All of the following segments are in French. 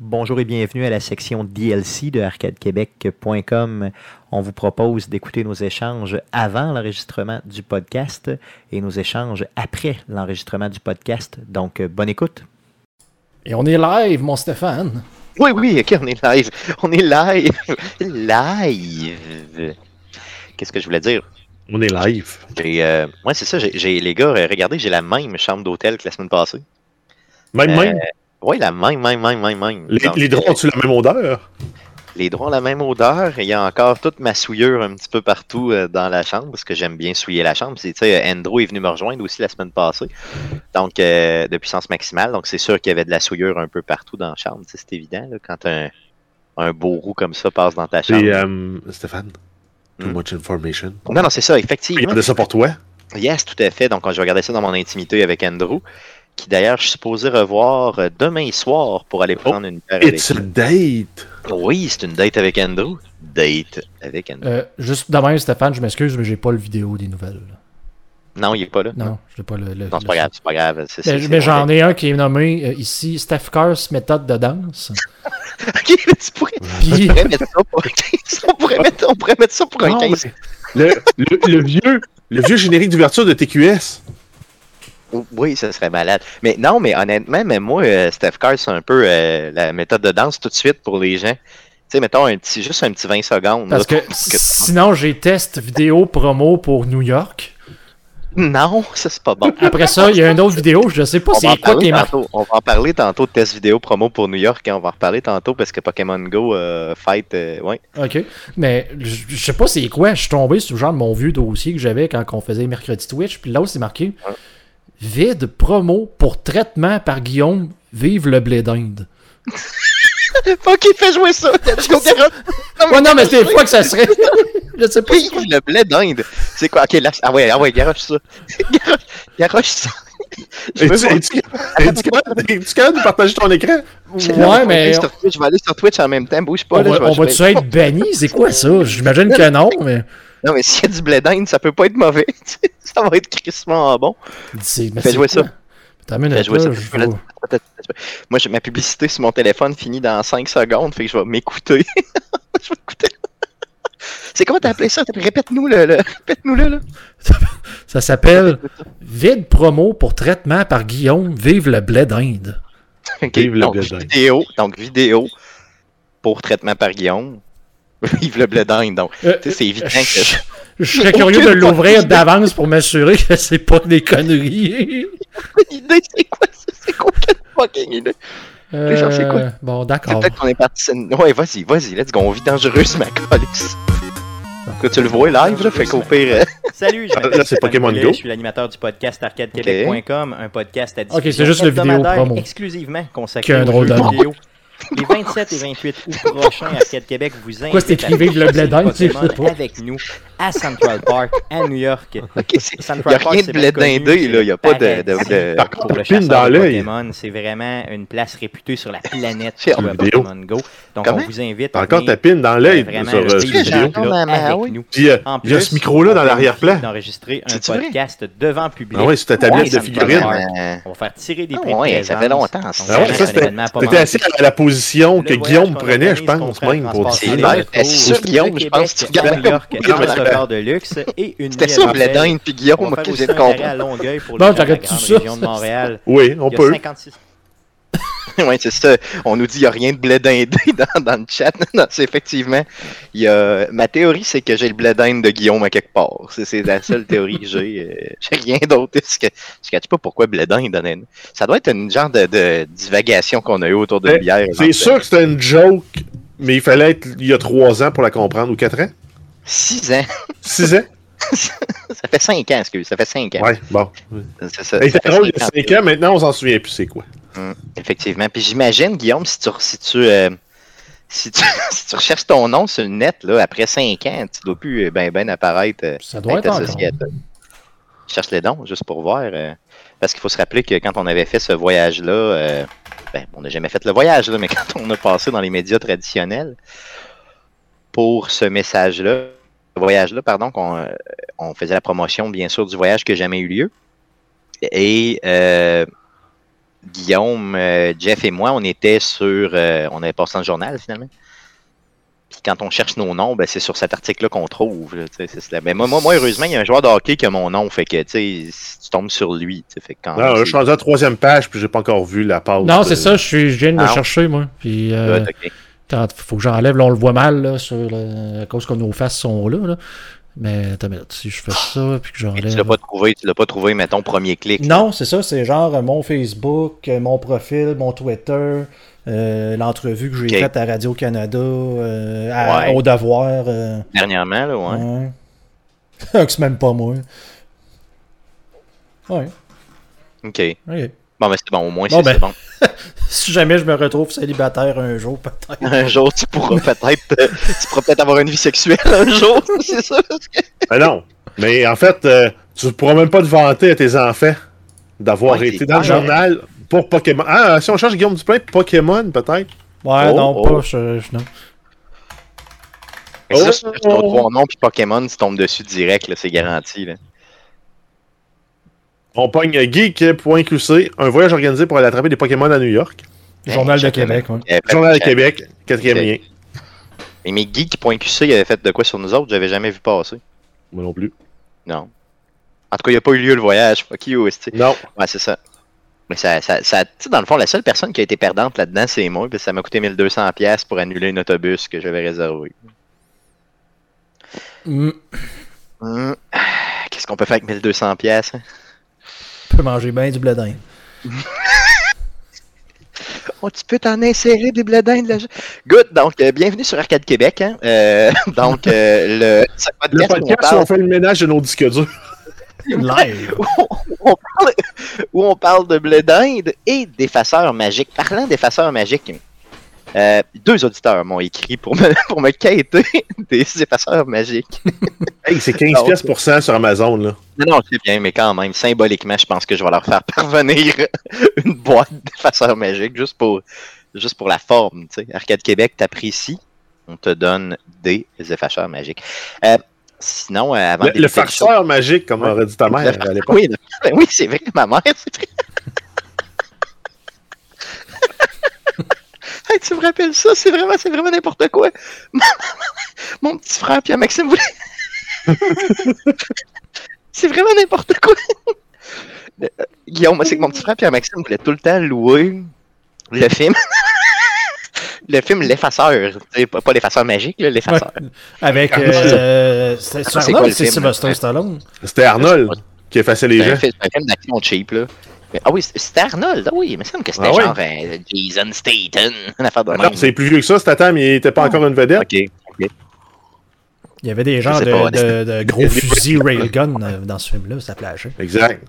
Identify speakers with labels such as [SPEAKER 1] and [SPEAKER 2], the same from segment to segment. [SPEAKER 1] Bonjour et bienvenue à la section DLC de arcadequebec.com. On vous propose d'écouter nos échanges avant l'enregistrement du podcast et nos échanges après l'enregistrement du podcast. Donc, euh, bonne écoute.
[SPEAKER 2] Et on est live, mon Stéphane.
[SPEAKER 3] Oui, oui, ok, on est live. On est live. live. Qu'est-ce que je voulais dire?
[SPEAKER 4] On est live.
[SPEAKER 3] J'ai, euh, ouais, c'est ça. j'ai- J'ai, les gars, euh, regardez, j'ai la même chambre d'hôtel que la semaine passée.
[SPEAKER 4] Même, même.
[SPEAKER 3] Oui, la même, même, même, même, même.
[SPEAKER 4] Les,
[SPEAKER 3] Donc,
[SPEAKER 4] les draps ont-tu la même odeur?
[SPEAKER 3] Les draps ont la même odeur. et Il y a encore toute ma souillure un petit peu partout euh, dans la chambre, parce que j'aime bien souiller la chambre. C'est, tu sais, euh, Andrew est venu me rejoindre aussi la semaine passée, donc euh, de puissance maximale. Donc c'est sûr qu'il y avait de la souillure un peu partout dans la chambre. tu sais, C'est évident là, quand un, un beau roux comme ça passe dans ta chambre.
[SPEAKER 4] Et, euh, Stéphane, too
[SPEAKER 3] Hmm.
[SPEAKER 4] much information.
[SPEAKER 3] Non, non, c'est ça,
[SPEAKER 4] Il
[SPEAKER 3] effectivement.
[SPEAKER 4] y ça pour toi.
[SPEAKER 3] Yes, tout à fait. Donc, je regardais ça dans mon intimité avec Andrew, qui d'ailleurs, je suis supposé revoir euh, demain soir pour aller prendre une
[SPEAKER 1] Euh,
[SPEAKER 3] paire avec.
[SPEAKER 4] Oh, It's a date.
[SPEAKER 3] Oui, c'est une date avec Andrew. Date avec Andrew.
[SPEAKER 2] Euh, juste de même, Stéphane, je m'excuse, mais j'ai pas le vidéo des nouvelles.
[SPEAKER 3] Non, il est pas là.
[SPEAKER 2] Non, j'ai pas le. le-
[SPEAKER 3] Non,
[SPEAKER 2] le-
[SPEAKER 3] c'est pas grave, c'est pas grave. c'est-
[SPEAKER 2] Mais,
[SPEAKER 3] c'est-
[SPEAKER 2] Ben, mais
[SPEAKER 3] c'est-
[SPEAKER 2] j'en ai un qui est nommé euh, ici Steph Curse méthode de danse.
[SPEAKER 3] Ok, mais tu pourrais,
[SPEAKER 2] Puis,
[SPEAKER 3] tu pourrais mettre ça pour un 15. On pourrait mettre, on pourrait mettre ça pour un
[SPEAKER 4] Non,
[SPEAKER 3] 15.
[SPEAKER 4] mais le, le- le vieux, le vieux générique d'ouverture de TQS.
[SPEAKER 3] Ou- Oui, ça serait malade. Mais non, mais honnêtement, mais moi, euh, Steph Carr, c'est un peu euh, la méthode de danse tout de suite pour les gens. Tu sais, mettons un petit, juste un petit 20 secondes.
[SPEAKER 2] parce que
[SPEAKER 3] là.
[SPEAKER 2] sinon, j'ai test vidéo promo pour New York.
[SPEAKER 3] Non, ça c'est pas bon.
[SPEAKER 2] Après ça, il y a une autre vidéo, je sais pas
[SPEAKER 3] On va, en
[SPEAKER 2] c'est quoi
[SPEAKER 3] parler
[SPEAKER 2] qui est marqué.
[SPEAKER 3] tantôt. on va en parler tantôt de test vidéo promo pour New York et on va en reparler tantôt parce que Pokémon Go euh, Fight, euh, ouais.
[SPEAKER 2] Ok. Mais je je sais pas c'est quoi, je suis tombé sur genre mon vieux dossier que j'avais quand on faisait mercredi Twitch, puis là où c'est marqué Vide promo pour traitement par Guillaume, vive le blé d'Inde.
[SPEAKER 3] Ok, fais jouer ça! Let's go, Carole.
[SPEAKER 2] Ouais, non, mais c'est quoi que ça serait Je sais pas.
[SPEAKER 3] Vive le blé d'Inde! C'est quoi? Ok, lâche. Ah ouais, ah ouais, garoche ça. Garoche, garoche ça. Je veux
[SPEAKER 4] Es-tu
[SPEAKER 3] voir-
[SPEAKER 4] es-tu- es-tu capable es-tu capable de partager ton écran?
[SPEAKER 3] Je vais aller
[SPEAKER 2] Ouais, mais
[SPEAKER 3] sur Twitch, je vais aller sur Twitch en même temps, bouge pas.
[SPEAKER 2] on
[SPEAKER 3] là, je
[SPEAKER 2] va-
[SPEAKER 3] vais-
[SPEAKER 2] on
[SPEAKER 3] je vais-
[SPEAKER 2] va-tu être banni C'est quoi ça J'imagine que non, mais
[SPEAKER 3] Non, mais s'il y a du blé d'Inde, ça peut pas être mauvais. ça va être crissement bon.
[SPEAKER 2] c'est. mais
[SPEAKER 3] Fais
[SPEAKER 2] c'est
[SPEAKER 3] jouer
[SPEAKER 2] quoi?
[SPEAKER 3] ça.
[SPEAKER 2] Attends
[SPEAKER 3] Fais
[SPEAKER 2] une minute,
[SPEAKER 3] jouer
[SPEAKER 2] là,
[SPEAKER 3] ça.
[SPEAKER 2] je
[SPEAKER 3] Fais la-
[SPEAKER 2] vais-
[SPEAKER 3] Moi, j'ai- ma publicité sur mon téléphone finit dans 5 secondes, fait que je vais m'écouter. je vais écouter. C'est comment t'as appelé ça? T'as- Répète-nous le, le- répète-nous le, là.
[SPEAKER 2] Ça s'appelle Vide promo pour traitement par Guillaume, vive le blé d'Inde.
[SPEAKER 3] Ok,
[SPEAKER 4] Vive le
[SPEAKER 3] donc,
[SPEAKER 4] blé d'Inde.
[SPEAKER 3] vidéo, donc vidéo pour traitement par Guillaume. Vive le blé d'Inde, donc.
[SPEAKER 2] Euh,
[SPEAKER 3] Tu sais, c'est évident que...
[SPEAKER 2] Je je serais curieux de l'ouvrir d'avance pour m'assurer que c'est pas des conneries.
[SPEAKER 3] Quelle idée, c'est quoi ça? C'est quoi quelle fucking idée?
[SPEAKER 2] Euh,
[SPEAKER 3] Les gens, c'est quoi?
[SPEAKER 2] bon,
[SPEAKER 3] C'est
[SPEAKER 2] d'accord.
[SPEAKER 3] peut-être qu'on est parti... sur une- Ouais, vas-y, vas-y, let's go, on vit dangereuse, ma colisse. Que tu le vois live, là, fait qu'au pire... euh,
[SPEAKER 1] Salut, je m'appelle
[SPEAKER 4] Ah, Là, c'est
[SPEAKER 1] Stéphane
[SPEAKER 4] Pokémon
[SPEAKER 1] Goulet,
[SPEAKER 4] Go.
[SPEAKER 1] Je suis l'animateur du podcast arcadequebec.com, un podcast à
[SPEAKER 2] Ok, c'est juste le vidéo
[SPEAKER 1] hebdomadaire
[SPEAKER 2] promo.
[SPEAKER 1] exclusivement
[SPEAKER 2] Qui
[SPEAKER 1] consacré
[SPEAKER 2] a un
[SPEAKER 1] aux
[SPEAKER 2] drôle
[SPEAKER 1] jeux
[SPEAKER 2] de nom.
[SPEAKER 1] vidéo. Les 27 et 28 août prochains, Arcade Québec vous invite
[SPEAKER 2] Pourquoi c'est écrit
[SPEAKER 1] à
[SPEAKER 2] Vive le
[SPEAKER 1] chasser
[SPEAKER 2] Blé d'Inde,
[SPEAKER 1] Pokémon
[SPEAKER 2] je sais pas.
[SPEAKER 1] avec nous à Central Park, à New York.
[SPEAKER 3] Ok, c'est-
[SPEAKER 1] Central
[SPEAKER 3] Il n'y a
[SPEAKER 1] Park,
[SPEAKER 3] rien
[SPEAKER 1] c'est
[SPEAKER 3] de blé
[SPEAKER 1] bien connu,
[SPEAKER 3] d'indé, là. Il n'y a pas de.
[SPEAKER 1] c'est
[SPEAKER 3] de, de-
[SPEAKER 4] Par contre,
[SPEAKER 1] Euh, pour le
[SPEAKER 4] pine
[SPEAKER 1] chasseur
[SPEAKER 4] dans
[SPEAKER 1] de
[SPEAKER 4] l'œil.
[SPEAKER 1] Pokémon, c'est vraiment une place réputée sur la planète
[SPEAKER 3] C'est
[SPEAKER 1] sur
[SPEAKER 3] en
[SPEAKER 4] vidéo.
[SPEAKER 1] Pokémon Go. Donc
[SPEAKER 3] Comment?
[SPEAKER 1] on vous invite
[SPEAKER 4] T'as
[SPEAKER 1] à
[SPEAKER 4] encore
[SPEAKER 1] venir
[SPEAKER 4] ta pine dans l'œil
[SPEAKER 1] vraiment
[SPEAKER 4] sur euh,
[SPEAKER 1] vivre
[SPEAKER 4] cette
[SPEAKER 3] j'ai
[SPEAKER 4] vidéo.
[SPEAKER 3] encore ma
[SPEAKER 1] là
[SPEAKER 3] main, ah
[SPEAKER 1] avec
[SPEAKER 3] oui.
[SPEAKER 1] nous.
[SPEAKER 4] Puis, euh,
[SPEAKER 1] En
[SPEAKER 4] il y a
[SPEAKER 1] plus,
[SPEAKER 4] ce micro-là
[SPEAKER 1] on
[SPEAKER 4] dans
[SPEAKER 1] planifie
[SPEAKER 4] l'arrière-plan.
[SPEAKER 1] D'enregistrer un
[SPEAKER 3] C'est-tu vrai?
[SPEAKER 1] podcast devant public.
[SPEAKER 4] Ah ouais, sur ta
[SPEAKER 3] Ouais,
[SPEAKER 4] tablette
[SPEAKER 3] ça
[SPEAKER 4] de
[SPEAKER 3] me
[SPEAKER 4] figurines.
[SPEAKER 3] paraît, euh,
[SPEAKER 1] On va faire tirer des
[SPEAKER 3] Ah
[SPEAKER 1] prix de
[SPEAKER 3] ouais, ça fait
[SPEAKER 1] présence.
[SPEAKER 3] longtemps,
[SPEAKER 1] Donc,
[SPEAKER 3] ça.
[SPEAKER 4] Ah ouais,
[SPEAKER 1] vraiment,
[SPEAKER 4] ça,
[SPEAKER 1] c'est un
[SPEAKER 4] c'était-
[SPEAKER 1] événement pas
[SPEAKER 4] T'étais
[SPEAKER 1] manquable.
[SPEAKER 4] assis à la position
[SPEAKER 1] Le
[SPEAKER 4] que
[SPEAKER 1] voyage
[SPEAKER 4] Guillaume
[SPEAKER 1] qu'on
[SPEAKER 4] prenait, je
[SPEAKER 1] organise, qu'on
[SPEAKER 4] pense,
[SPEAKER 1] prend
[SPEAKER 4] même, pour
[SPEAKER 1] transport
[SPEAKER 3] C'est
[SPEAKER 4] dire.
[SPEAKER 1] scolaire,
[SPEAKER 3] live. C'est sûr,
[SPEAKER 1] autour de
[SPEAKER 3] Guillaume, je pense que tu
[SPEAKER 1] Québec, à New York,
[SPEAKER 3] regardes.
[SPEAKER 1] un restaurant de luxe et une
[SPEAKER 3] C'était
[SPEAKER 1] nuit
[SPEAKER 3] ça,
[SPEAKER 1] à
[SPEAKER 3] blé
[SPEAKER 1] Marseille.
[SPEAKER 3] d'Inde, puis Guillaume,
[SPEAKER 1] On va
[SPEAKER 3] ok,
[SPEAKER 1] faire
[SPEAKER 3] j'ai
[SPEAKER 1] aussi
[SPEAKER 3] de
[SPEAKER 1] un arrêt à
[SPEAKER 3] comprendre.
[SPEAKER 1] Longueuil
[SPEAKER 2] Non,
[SPEAKER 1] pour les gens de la
[SPEAKER 2] j'arrête tout
[SPEAKER 1] grande
[SPEAKER 2] ça.
[SPEAKER 1] région de Montréal.
[SPEAKER 4] Oui, on
[SPEAKER 1] Il y a
[SPEAKER 4] peut.
[SPEAKER 1] 56
[SPEAKER 3] Ouais, c'est ça. On nous dit qu'il n'y a rien de blé d'indé dans, dans le chat. Non, non, c'est effectivement. il Y a... Ma théorie, c'est que j'ai le blé d'Inde de Guillaume à quelque part. C'est, c'est la seule théorie que j'ai. euh, J'ai rien d'autre. Parce que Je ne cache pas pourquoi blé d'Inde, honnêtement. Ça doit être une genre de, de divagation qu'on a eu autour de
[SPEAKER 4] Ben,
[SPEAKER 3] bière.
[SPEAKER 4] C'est sûr que c'était une joke, mais il fallait être il y a trois ans pour la comprendre, ou quatre ans?
[SPEAKER 3] 6 ans.
[SPEAKER 4] Six ans?
[SPEAKER 3] Ça fait 5 ans, excuse. Ça fait 5 ans.
[SPEAKER 4] Ouais, bon.
[SPEAKER 3] C'est ça.
[SPEAKER 4] Hey,
[SPEAKER 3] ça fait
[SPEAKER 4] C'est drôle, il
[SPEAKER 3] cinq
[SPEAKER 4] y a
[SPEAKER 3] ans.
[SPEAKER 4] 5 ans, maintenant on s'en souvient plus c'est quoi.
[SPEAKER 3] Mm, effectivement. Puis j'imagine, Guillaume, si tu, si, tu, euh, si, tu, si tu recherches ton nom sur le net, là, après 5 ans, tu dois plus euh, ben ben apparaître, euh,
[SPEAKER 2] Ça doit
[SPEAKER 3] être
[SPEAKER 2] être
[SPEAKER 3] associé à
[SPEAKER 2] encore.
[SPEAKER 3] toi. Je cherche les dons, juste pour voir. euh, parce qu'il faut se rappeler que quand on avait fait ce voyage-là, euh, ben, on n'a jamais fait le voyage, là, mais quand on a passé dans les médias traditionnels pour ce message-là, ce voyage-là, pardon, qu'on euh, on faisait la promotion, bien sûr, du voyage qui n'a jamais eu lieu. Et euh, Guillaume, euh, Jeff et moi, on était sur. euh, on avait passé dans le journal finalement. Puis quand on cherche nos noms, ben, c'est sur cet article-là qu'on trouve. là, tu sais, c'est cela. Mais moi, moi, moi, heureusement, il y a un joueur de hockey qui a mon nom. Fait que tu sais, si tu tombes sur lui. tu sais, Fait que quand
[SPEAKER 4] Non, Ah,
[SPEAKER 3] Ah,
[SPEAKER 4] je suis
[SPEAKER 3] c'est-
[SPEAKER 4] rendu à la troisième page, puis j'ai pas encore vu la pause.
[SPEAKER 2] Non,
[SPEAKER 4] euh,
[SPEAKER 2] c'est ça, je, suis, je viens de le
[SPEAKER 3] Ah.
[SPEAKER 2] chercher, moi. Puis, euh,
[SPEAKER 3] Ah, ok.
[SPEAKER 2] attends, faut que j'enlève, là, on le voit mal, là, sur le- à cause que nos faces sont là, là. Mais, attends, une minute, si je fais ça, puis que
[SPEAKER 3] Ah! Mais
[SPEAKER 2] j'enlève.
[SPEAKER 3] tu l'as pas trouvé, tu l'as pas trouvé, mettons, premier clic. là.
[SPEAKER 2] Non, c'est ça, c'est genre euh, mon Facebook, euh, mon profil, mon Twitter, euh, l'entrevue que j'ai
[SPEAKER 3] Ok.
[SPEAKER 2] faite à Radio-Canada, euh, à-
[SPEAKER 3] Ouais.
[SPEAKER 2] au devoir. euh,
[SPEAKER 4] Mm.
[SPEAKER 3] Dernièrement, là, ouais.
[SPEAKER 2] ouais. c'est même pas moi. Ouais,
[SPEAKER 3] OK.
[SPEAKER 2] ok.
[SPEAKER 3] Bon, ben, c'est bon, au moins,
[SPEAKER 2] Bon,
[SPEAKER 3] c'est
[SPEAKER 2] ben.
[SPEAKER 3] c'est bon.
[SPEAKER 2] Si jamais je me retrouve célibataire un jour, peut-être.
[SPEAKER 3] Un jour, tu pourras peut-être euh, tu pourras peut-être avoir une vie sexuelle un jour, c'est ça? parce que-
[SPEAKER 4] Ben non. Mais en fait, euh, tu pourras même pas te vanter à tes enfants d'avoir
[SPEAKER 3] Ouais,
[SPEAKER 4] été
[SPEAKER 3] c'est
[SPEAKER 4] dans le
[SPEAKER 3] clair.
[SPEAKER 4] journal pour Pokémon. Ah, si on change Guillaume Duplain, Pokémon peut-être.
[SPEAKER 2] Ouais,
[SPEAKER 3] Oh,
[SPEAKER 2] non,
[SPEAKER 3] oh.
[SPEAKER 2] pas. Je, je- non.
[SPEAKER 3] Fait que
[SPEAKER 4] Oh!
[SPEAKER 3] ça, si tu cherches ton trois noms puis Pokémon, tu tombes dessus direct, là, c'est garanti. Là.
[SPEAKER 4] On pogne geek.qc, un voyage organisé pour aller attraper des Pokémon à New York.
[SPEAKER 2] Journal de
[SPEAKER 3] chacun-
[SPEAKER 2] Québec, ouais.
[SPEAKER 3] Il avait fait-
[SPEAKER 4] Journal de Québec, quatrième
[SPEAKER 3] Ok.
[SPEAKER 4] lien.
[SPEAKER 3] Mais, mais Geek.qc, il avait fait de quoi sur nous autres, j'avais jamais vu passer.
[SPEAKER 4] Moi non plus.
[SPEAKER 3] Non. En tout cas, il n'y a pas eu lieu le voyage. Fuck you, esti.
[SPEAKER 4] Non.
[SPEAKER 3] Ouais, c'est ça. Mais ça, ça, ça- tu sais, dans le fond, la seule personne qui a été perdante là-dedans, c'est moi, puis ça m'a coûté 1200$ piastres pour annuler un autobus que j'avais réservé.
[SPEAKER 2] Mm,
[SPEAKER 3] Hmm. Qu'est-ce qu'on peut faire avec 1200$? piastres, hein?
[SPEAKER 2] je peux manger bien du blé d'Inde.
[SPEAKER 3] Oh, tu peux t'en insérer des bledins de la... Good, donc, euh, bienvenue sur Arcade Québec. hein. Euh, donc, euh, le, ce
[SPEAKER 4] Le
[SPEAKER 3] podcast où on
[SPEAKER 4] podcast,
[SPEAKER 3] parle-
[SPEAKER 4] on fait le ménage de nos disques durs.
[SPEAKER 2] Live!
[SPEAKER 3] on parle, où on parle de blé d'Inde et d'effaceurs magiques. Parlant d'effaceurs magiques, euh, deux auditeurs m'ont écrit pour me, pour me quêter des effaceurs magiques.
[SPEAKER 4] Hey, c'est
[SPEAKER 3] Ah, ok.
[SPEAKER 4] 15$ pour cent sur Amazon, là.
[SPEAKER 3] Non, non, c'est bien, mais quand même, symboliquement, je pense que je vais leur faire parvenir une boîte d'effaceurs magiques juste pour, juste pour la forme. tu sais. Arcade Québec t'apprécie. On te donne des effaceurs magiques. Euh, sinon, euh, avant
[SPEAKER 4] Le,
[SPEAKER 3] d'écouter
[SPEAKER 4] le
[SPEAKER 3] le show-
[SPEAKER 4] farceur magique, comme aurait dit ta mère
[SPEAKER 3] Le
[SPEAKER 4] à l'époque.
[SPEAKER 3] Oui, le- ben oui, c'est vrai, ma mère, c'est vrai. Hey, tu me rappelles ça, c'est vraiment, c'est vraiment n'importe quoi. Mon petit frère puis Maxime voulait. c'est vraiment n'importe quoi. Euh, Guillaume, moi, c'est que mon petit frère puis Maxime voulait tout le temps louer le film. le film L'effaceur. Tu sais, Pas, pas l'effaceur magique, là, l'effaceur.
[SPEAKER 2] Avec. Euh, c'est
[SPEAKER 3] c'est
[SPEAKER 2] Arnold,
[SPEAKER 3] quoi le
[SPEAKER 2] c'est
[SPEAKER 3] film?
[SPEAKER 2] Sylvester Stallone.
[SPEAKER 4] C'était Arnold qui effaçait les
[SPEAKER 3] C'est un
[SPEAKER 4] gens.
[SPEAKER 3] film- c'est un film d'action cheap, là. Mais- ah oui, c'est- c'était Arnold. Ah oui, il me semble que c'était
[SPEAKER 4] Ah ouais.
[SPEAKER 3] genre euh, Jason Statham, une affaire de
[SPEAKER 4] Non,
[SPEAKER 3] même.
[SPEAKER 4] c'est plus vieux que ça, Statam, il était pas encore une vedette.
[SPEAKER 3] Ok.
[SPEAKER 2] Il y avait des gens
[SPEAKER 3] sais
[SPEAKER 2] de,
[SPEAKER 3] pas,
[SPEAKER 2] de- de gros fusils railgun euh, dans ce film-là, ça plageait.
[SPEAKER 4] Exact.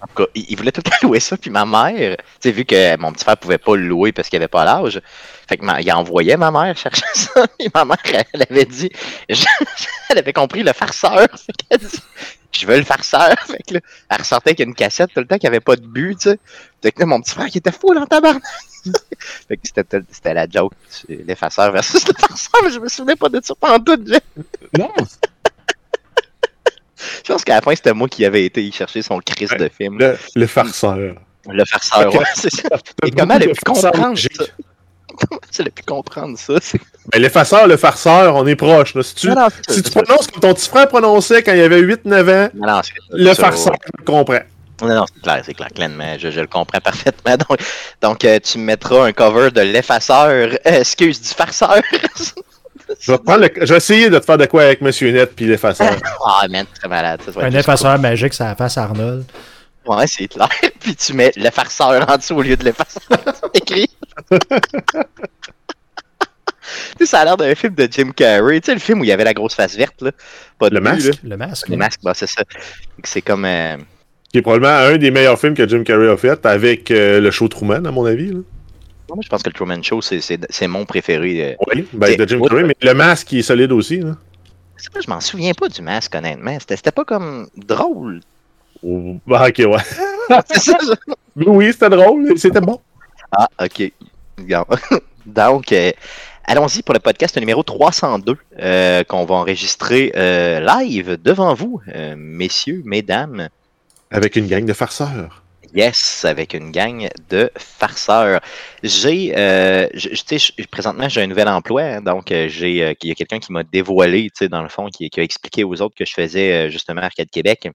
[SPEAKER 3] En tout cas, il, il voulait tout le temps louer ça. Puis ma mère, tu sais, vu que mon petit frère pouvait pas le louer parce qu'il avait pas l'âge, fait que ma- il envoyait ma mère chercher ça. Et ma mère, elle, avait dit, je- elle avait compris le farceur. Fait qu'elle dit, je veux le farceur. Fait que là, elle ressortait avec une cassette tout le temps qui avait pas de but, tu sais. Fait que là, mon petit frère, il était fou dans tabarnak. fait que c'était, tout- c'était la joke, tu- l'effaceur versus le farceur. Mais je me souvenais pas de ça pendant tout. Je
[SPEAKER 4] Non.
[SPEAKER 3] je pense qu'à la fin, c'était moi qui avait été y chercher son crise de film.
[SPEAKER 4] Le, le farceur.
[SPEAKER 3] Le farceur,
[SPEAKER 4] Ok.
[SPEAKER 3] ouais, c'est ça.
[SPEAKER 4] T'as
[SPEAKER 3] Et comment
[SPEAKER 4] beaucoup
[SPEAKER 3] le
[SPEAKER 4] de
[SPEAKER 3] plus
[SPEAKER 4] farceurs
[SPEAKER 3] comprendre
[SPEAKER 4] magiques.
[SPEAKER 3] ça? Comment tu l'as pu comprendre ça? c'est-
[SPEAKER 4] Ben, l'effaceur, le farceur, on est proche. là. Si tu,
[SPEAKER 3] Non, non, c'est ça,
[SPEAKER 4] si
[SPEAKER 3] c'est
[SPEAKER 4] tu
[SPEAKER 3] ça.
[SPEAKER 4] prononces comme ton petit frère prononçait quand il avait 8-9 ans,
[SPEAKER 3] Non, non, c'est ça,
[SPEAKER 4] le
[SPEAKER 3] c'est ça.
[SPEAKER 4] farceur, je le comprends.
[SPEAKER 3] Non, non, c'est clair, c'est clair, clairement. Je, je le comprends parfaitement. Donc, donc, euh, tu me mettras un cover de l'effaceur, euh, excuse, du farceur.
[SPEAKER 4] Je vais, prendre le- je vais essayer de te faire de quoi avec Monsieur Net puis l'effaceur.
[SPEAKER 3] Ah, man, c'est très malade. Ça, ça va
[SPEAKER 2] Un
[SPEAKER 3] être juste
[SPEAKER 2] effaceur magique, ça face à Arnold.
[SPEAKER 3] cool. Ouais, c'est clair. Puis tu mets le farceur en dessous au lieu de l'effaceur. C'est écrit. tu sais, ça a l'air d'un film de Jim Carrey. Tu sais, le film où il y avait la grosse face verte, là. Pas de
[SPEAKER 4] Le
[SPEAKER 3] but,
[SPEAKER 4] Masque?
[SPEAKER 3] là.
[SPEAKER 2] Le masque.
[SPEAKER 3] Le
[SPEAKER 2] là.
[SPEAKER 3] masque, bah, c'est ça. C'est comme. euh,
[SPEAKER 4] qui est probablement un des meilleurs films que Jim Carrey a fait avec euh, le show Truman, à mon avis. là.
[SPEAKER 3] Moi, je pense que le Truman Show, c'est- c'est c'est mon préféré. euh.
[SPEAKER 4] Oui, ben, de Jim Carrey, mais le masque, il est solide aussi. là.
[SPEAKER 3] Je sais pas, je m'en souviens pas du masque, honnêtement. C'était c'était pas comme drôle.
[SPEAKER 4] Oh, bah, ok, ouais.
[SPEAKER 3] C'est ça, je-
[SPEAKER 4] Mais oui, c'était drôle, c'était bon.
[SPEAKER 3] Ah, ok. Bon. Donc, euh, allons-y pour le podcast numéro 302 euh, qu'on va enregistrer euh, live devant vous, euh, messieurs, mesdames.
[SPEAKER 4] Avec une gang de farceurs.
[SPEAKER 1] Yes, avec une gang de farceurs. J'ai, euh, je- je- tu sais, je- présentement, j'ai un nouvel emploi, hein, donc euh, j'ai, euh, il y a quelqu'un qui m'a dévoilé, tu sais, dans le fond, qui, qui a expliqué aux autres que je faisais euh, justement Arcade Québec.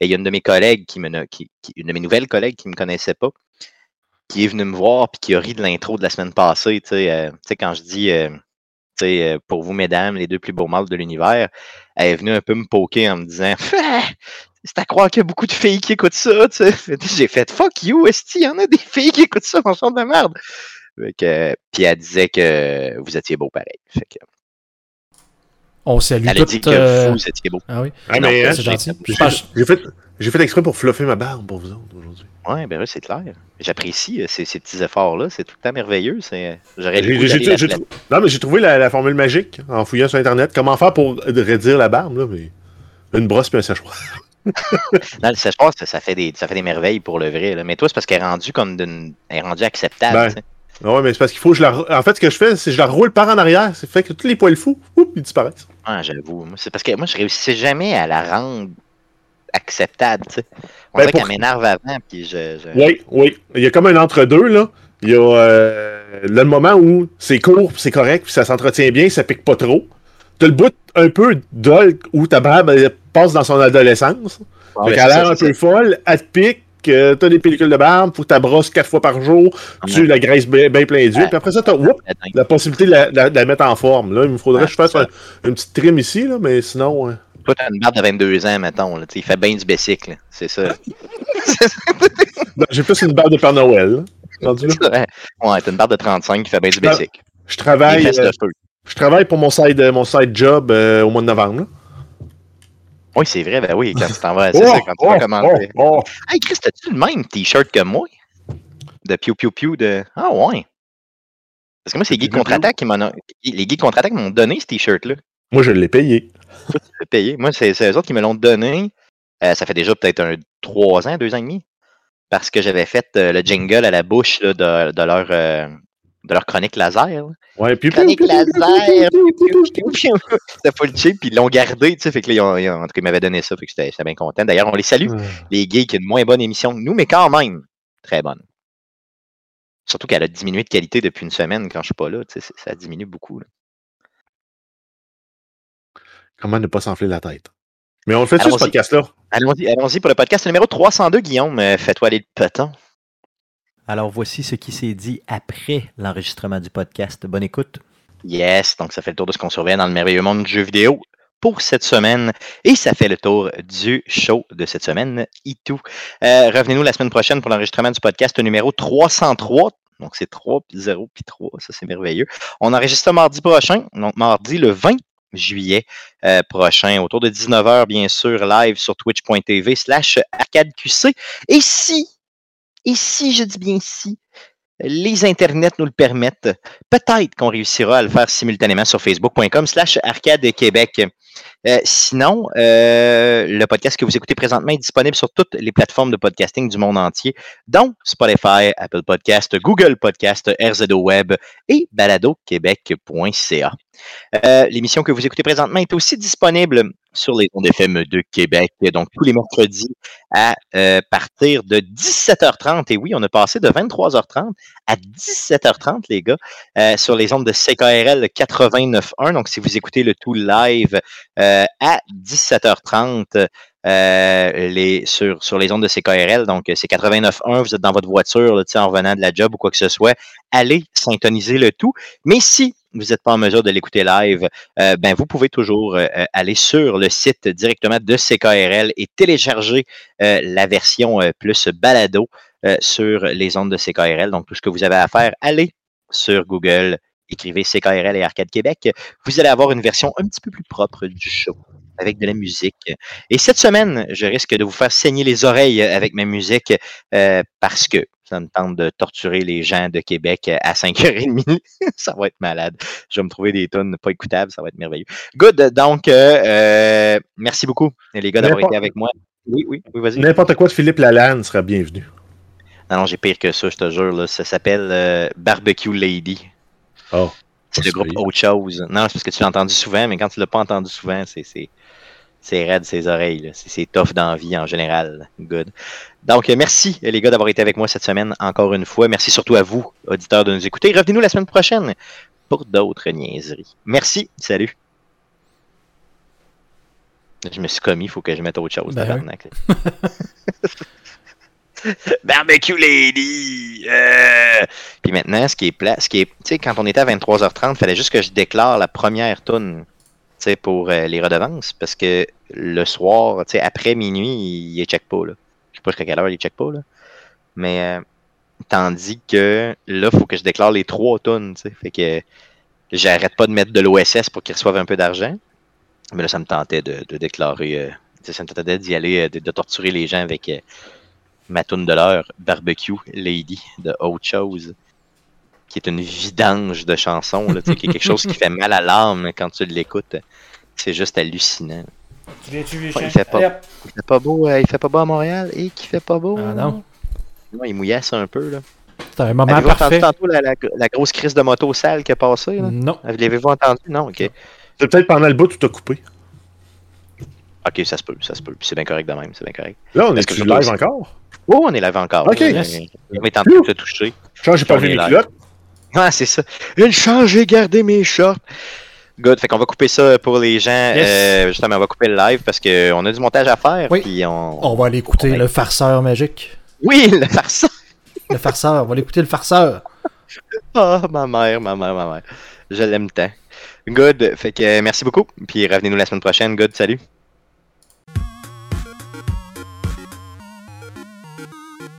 [SPEAKER 1] Et il y a une de mes collègues qui me, ne- qui- qui- une de mes nouvelles collègues qui me connaissait pas, qui est venue me voir puis qui a ri de l'intro de la semaine passée, tu sais, euh, tu sais, quand je dis, euh, tu sais, euh, pour vous mesdames, les deux plus beaux mâles de l'univers, elle est venue un peu me poker en me disant. c'est à croire qu'il y a beaucoup de filles qui écoutent ça, tu sais. Fait que J'ai fait fuck you, esti, il y en a des filles qui écoutent ça, mon genre de merde. Fait que- puis elle disait que vous étiez beau pareil. Fait que,
[SPEAKER 2] On salue
[SPEAKER 1] elle a dit
[SPEAKER 2] toutes.
[SPEAKER 1] que
[SPEAKER 2] euh,
[SPEAKER 1] vous étiez beau.
[SPEAKER 2] Ah oui,
[SPEAKER 4] Ah,
[SPEAKER 1] Non,
[SPEAKER 4] mais,
[SPEAKER 1] ça,
[SPEAKER 4] hein,
[SPEAKER 2] c'est gentil.
[SPEAKER 4] j'ai-
[SPEAKER 2] Je pense-
[SPEAKER 4] J'ai fait, j'ai fait exprès pour fluffer ma barbe pour vous autres aujourd'hui.
[SPEAKER 1] Ouais, ben oui, c'est clair. J'apprécie euh, ces, ces petits efforts-là, c'est tout le temps merveilleux. c'est- euh, J'aurais le
[SPEAKER 4] J'ai-
[SPEAKER 1] goût
[SPEAKER 4] j'ai-
[SPEAKER 1] d'aller
[SPEAKER 4] j'ai-
[SPEAKER 1] la-
[SPEAKER 4] j'ai
[SPEAKER 1] la-
[SPEAKER 4] trou- Non, mais j'ai trouvé la, la formule magique en fouillant sur Internet. Comment faire pour réduire la barbe, là, mais une brosse puis un séchoir.
[SPEAKER 1] Non, le séchoir, ça, ça fait des, ça fait des merveilles pour le vrai. là. Mais toi, c'est parce qu'elle est rendue comme d'une. Elle est rendue acceptable.
[SPEAKER 4] Ben.
[SPEAKER 1] tu sais.
[SPEAKER 4] Ah ouais, mais c'est parce qu'il faut que je la. re- En fait, ce que je fais, c'est que je la roule par en arrière. C'est fait que tous les poils fous, oups, ils disparaissent.
[SPEAKER 1] Ah, j'avoue. Moi, C'est parce que moi, je réussissais jamais à la rendre acceptable. tu sais. On
[SPEAKER 4] Ben,
[SPEAKER 1] dirait
[SPEAKER 4] pour-
[SPEAKER 1] qu'elle m'énerve avant, puis je. je-
[SPEAKER 4] Oui, oui. Il y a comme un entre-deux, là. Il y a euh, le moment où c'est court, puis c'est correct, puis ça s'entretient bien, ça pique pas trop. T'as le bout un peu dol où ta barbe elle passe dans son adolescence.
[SPEAKER 1] Ah,
[SPEAKER 4] fait
[SPEAKER 1] ouais,
[SPEAKER 4] qu'elle a
[SPEAKER 1] c'est ça,
[SPEAKER 4] l'air un
[SPEAKER 1] c'est
[SPEAKER 4] peu folle, elle te pique, euh, t'as des pellicules de barbe, faut que t'as brosses quatre fois par jour,
[SPEAKER 1] Ah,
[SPEAKER 4] tu la graisses bien bien plein d'huile,
[SPEAKER 1] Ouais.
[SPEAKER 4] puis après ça, t'as whoop,
[SPEAKER 1] ça.
[SPEAKER 4] la possibilité de la, de la- de la mettre en forme. Là. Il me faudrait
[SPEAKER 1] Ouais,
[SPEAKER 4] que je fasse
[SPEAKER 1] c'est ça.
[SPEAKER 4] un- une petite trim ici, là, mais sinon. euh,
[SPEAKER 1] Toi, t'as une barbe de 22 ans, mettons. Là, tu sais, il fait bien du basic, là. c'est ça.
[SPEAKER 4] non, J'ai plus une barbe de Père Noël. là. Rendu là.
[SPEAKER 1] ouais, ouais, t'as une barbe de 35 qui fait bien du
[SPEAKER 4] Ben,
[SPEAKER 1] basic.
[SPEAKER 4] Je
[SPEAKER 1] Des
[SPEAKER 4] travaille.
[SPEAKER 1] fesses
[SPEAKER 4] euh,
[SPEAKER 1] de feu.
[SPEAKER 4] Je travaille pour mon side, euh, mon side job euh, au mois de novembre. là.
[SPEAKER 1] Oui, c'est vrai, ben oui, quand tu t'en vas, c'est ça, quand tu vas commander.
[SPEAKER 4] oh, oh.
[SPEAKER 1] Hey, Chris, t'as-tu le même t-shirt que moi? De Pew Pew Pew de. Ah ouais! Parce que moi, c'est Guy
[SPEAKER 4] Pew Pew
[SPEAKER 1] Contre-Attaque qui m'en a. Les Guy Contre-Attaque m'ont donné ce t-shirt-là.
[SPEAKER 4] Moi, je l'ai payé.
[SPEAKER 1] Je l'ai payé. Moi, c'est c'est eux autres qui me l'ont donné. Euh, ça fait déjà peut-être un 3 ans, 2 ans et demi. Parce que j'avais fait euh, le jingle à la bouche là, de, de leur, euh, de leur chronique laser. là.
[SPEAKER 4] Ouais, puis
[SPEAKER 1] Chronique laser. C'était full cheap, puis ils l'ont gardé, tu sais. Fait que là, ils ont- ils ont- en tout cas, ils m'avaient donné ça, fait que j'étais j'étais bien content. D'ailleurs, on les salue, les gays qui ont une moins bonne émission que nous, mais quand même, très bonne. Surtout qu'elle a diminué de qualité depuis une semaine quand je suis pas là, tu sais, c'est- ça diminue beaucoup. là.
[SPEAKER 4] Comment ne pas s'enfler la tête? Mais on le fait sur
[SPEAKER 1] Allons-y.
[SPEAKER 4] ce podcast-là.
[SPEAKER 1] Allons-y allons-y pour le podcast numéro 302, Guillaume. Euh, Fais-toi aller le peton.
[SPEAKER 3] Alors voici ce qui s'est dit après l'enregistrement du podcast. Bonne écoute.
[SPEAKER 1] Yes, donc ça fait le tour de ce qu'on surveille dans le merveilleux monde du jeu vidéo pour cette semaine. Et ça fait le tour du show de cette semaine, Itou. Euh, Revenez-nous la semaine prochaine pour l'enregistrement du podcast numéro 303. Donc c'est 3, puis 0, puis 3, ça c'est merveilleux. On enregistre ça mardi prochain, donc mardi le 20 juillet euh, prochain, autour de 19h, bien sûr, live sur twitch.tv slash arcadeqc. Et si, et si, je dis bien si, les internets nous le permettent, peut-être qu'on réussira à le faire simultanément sur facebook.com slash arcade Québec. Euh, sinon, euh, le podcast que vous écoutez présentement est disponible sur toutes les plateformes de podcasting du monde entier, dont Spotify, Apple Podcast, Google Podcast, RZO Web et baladoquebec.ca. Euh, L'émission que vous écoutez présentement est aussi disponible sur les ondes FM de Québec, donc tous les mercredis à euh, partir de 17h30. Et oui, on a passé de 23h30 à 17h30, les gars euh, sur les ondes de CKRL 89.1. Donc, si vous écoutez le tout live euh, à 17h30 euh, les, sur, sur les ondes de CKRL, donc euh, c'est 89.1, vous êtes dans votre voiture là, tu sais, en revenant de la job ou quoi que ce soit, allez syntoniser le tout. Mais si vous n'êtes pas en mesure de l'écouter live, euh, ben vous pouvez toujours euh, euh, aller sur le site directement de CKRL et télécharger euh, la version euh, plus balado euh, sur les ondes de CKRL. Donc, tout ce que vous avez à faire, allez sur Google, écrivez CKRL et Arcade Québec, vous allez avoir une version un petit peu plus propre du show avec de la musique. Et cette semaine, je risque de vous faire saigner les oreilles avec ma musique euh, parce que ça me tente de torturer les gens de Québec à 5h30. ça va être malade. Je vais me trouver des tonnes pas écoutables. Ça va être merveilleux. Good. Donc, euh, euh, merci beaucoup, les gars, d'avoir
[SPEAKER 4] N'importe-
[SPEAKER 1] été avec moi. Oui, oui, oui, vas-y.
[SPEAKER 4] N'importe quoi de Philippe Lalanne sera bienvenu.
[SPEAKER 1] Ah Non, non, j'ai pire que ça, je te jure. là. Ça s'appelle euh, Barbecue Lady.
[SPEAKER 4] Oh,
[SPEAKER 1] C'est
[SPEAKER 4] pas
[SPEAKER 1] le
[SPEAKER 4] si
[SPEAKER 1] groupe
[SPEAKER 4] pire.
[SPEAKER 1] Autre chose. Non, c'est parce que tu l'as entendu souvent, mais quand tu l'as pas entendu souvent, c'est. c'est- C'est raide ses oreilles. là. C'est- C'est tough dans la vie en général. Good. Donc, euh, merci les gars d'avoir été avec moi cette semaine encore une fois. Merci surtout à vous, auditeurs, de nous écouter. Revenez-nous la semaine prochaine pour d'autres niaiseries. Merci. Salut. Je me suis commis, il faut que je mette autre chose.
[SPEAKER 2] Ben oui.
[SPEAKER 1] tabarnak. Barbecue Lady! euh. Puis maintenant, ce qui est plat, ce qui est. Tu sais, quand on était à 23h30, il fallait juste que je déclare la première toune tu sais, pour euh, les redevances, parce que le soir, tu sais, après minuit, il ne check pas. Là. Je sais pas jusqu'à quelle heure il check pas. Là. Mais euh, tandis que là, il faut que je déclare les trois tonnes. tu sais. Fait que j'arrête pas de mettre de l'OSS pour qu'ils reçoivent un peu d'argent. Mais là, ça me tentait de, de déclarer. euh, tu sais, ça me tentait d'y aller, euh, de, de torturer les gens avec euh, ma toune de l'heure, Barbecue Lady, de Autre Chose, qui est une vidange de chansons, là, tu sais, qui est quelque chose qui fait mal à l'âme quand tu l'écoutes. C'est juste hallucinant.
[SPEAKER 5] Tu viens-tu, les
[SPEAKER 1] Ouais, il
[SPEAKER 5] chiens?
[SPEAKER 1] fait pas.
[SPEAKER 5] Allez, hop.
[SPEAKER 1] Il fait pas beau, euh, il fait pas beau à Montréal et qui fait pas beau.
[SPEAKER 2] Ah non.
[SPEAKER 1] Ouais, il mouillasse un peu là.
[SPEAKER 2] C'est un moment
[SPEAKER 1] Avez-vous entendu
[SPEAKER 2] parfait.
[SPEAKER 1] tantôt la, la- la grosse crise de moto sale qui a passé là?
[SPEAKER 2] Non.
[SPEAKER 1] L'avez-vous entendu? Non, ok.
[SPEAKER 4] C'est peut-être pendant le bout tout a coupé.
[SPEAKER 1] Ok, ça se peut, ça se peut. Puis c'est bien correct de même, c'est bien correct.
[SPEAKER 4] Là, on
[SPEAKER 1] Est-ce
[SPEAKER 4] est,
[SPEAKER 1] que
[SPEAKER 4] sur
[SPEAKER 1] je
[SPEAKER 4] live
[SPEAKER 1] dois-
[SPEAKER 4] encore.
[SPEAKER 1] Oh, on est live encore.
[SPEAKER 4] Ok.
[SPEAKER 1] Mais-
[SPEAKER 2] Yes.
[SPEAKER 1] Mais tant pis que t'as touché.
[SPEAKER 4] Je j'ai pas
[SPEAKER 1] On est
[SPEAKER 4] vu mes
[SPEAKER 1] live.
[SPEAKER 4] culottes.
[SPEAKER 1] Ah, c'est ça. Une chance, j'ai gardé mes shorts. Good. Fait qu'on va couper ça pour les gens.
[SPEAKER 2] Yes.
[SPEAKER 1] Euh, justement, on va couper le live parce qu'on a du montage à faire.
[SPEAKER 2] Oui.
[SPEAKER 1] Puis on...
[SPEAKER 2] On va aller écouter
[SPEAKER 1] Ouais.
[SPEAKER 2] le farceur magique.
[SPEAKER 1] Oui, le farceur.
[SPEAKER 2] Le farceur. On va aller écouter le farceur.
[SPEAKER 1] Ah, ma mère, ma mère, ma mère. Je l'aime tant. Good. Fait que euh, merci beaucoup. Puis revenez-nous la semaine prochaine. Good. Salut.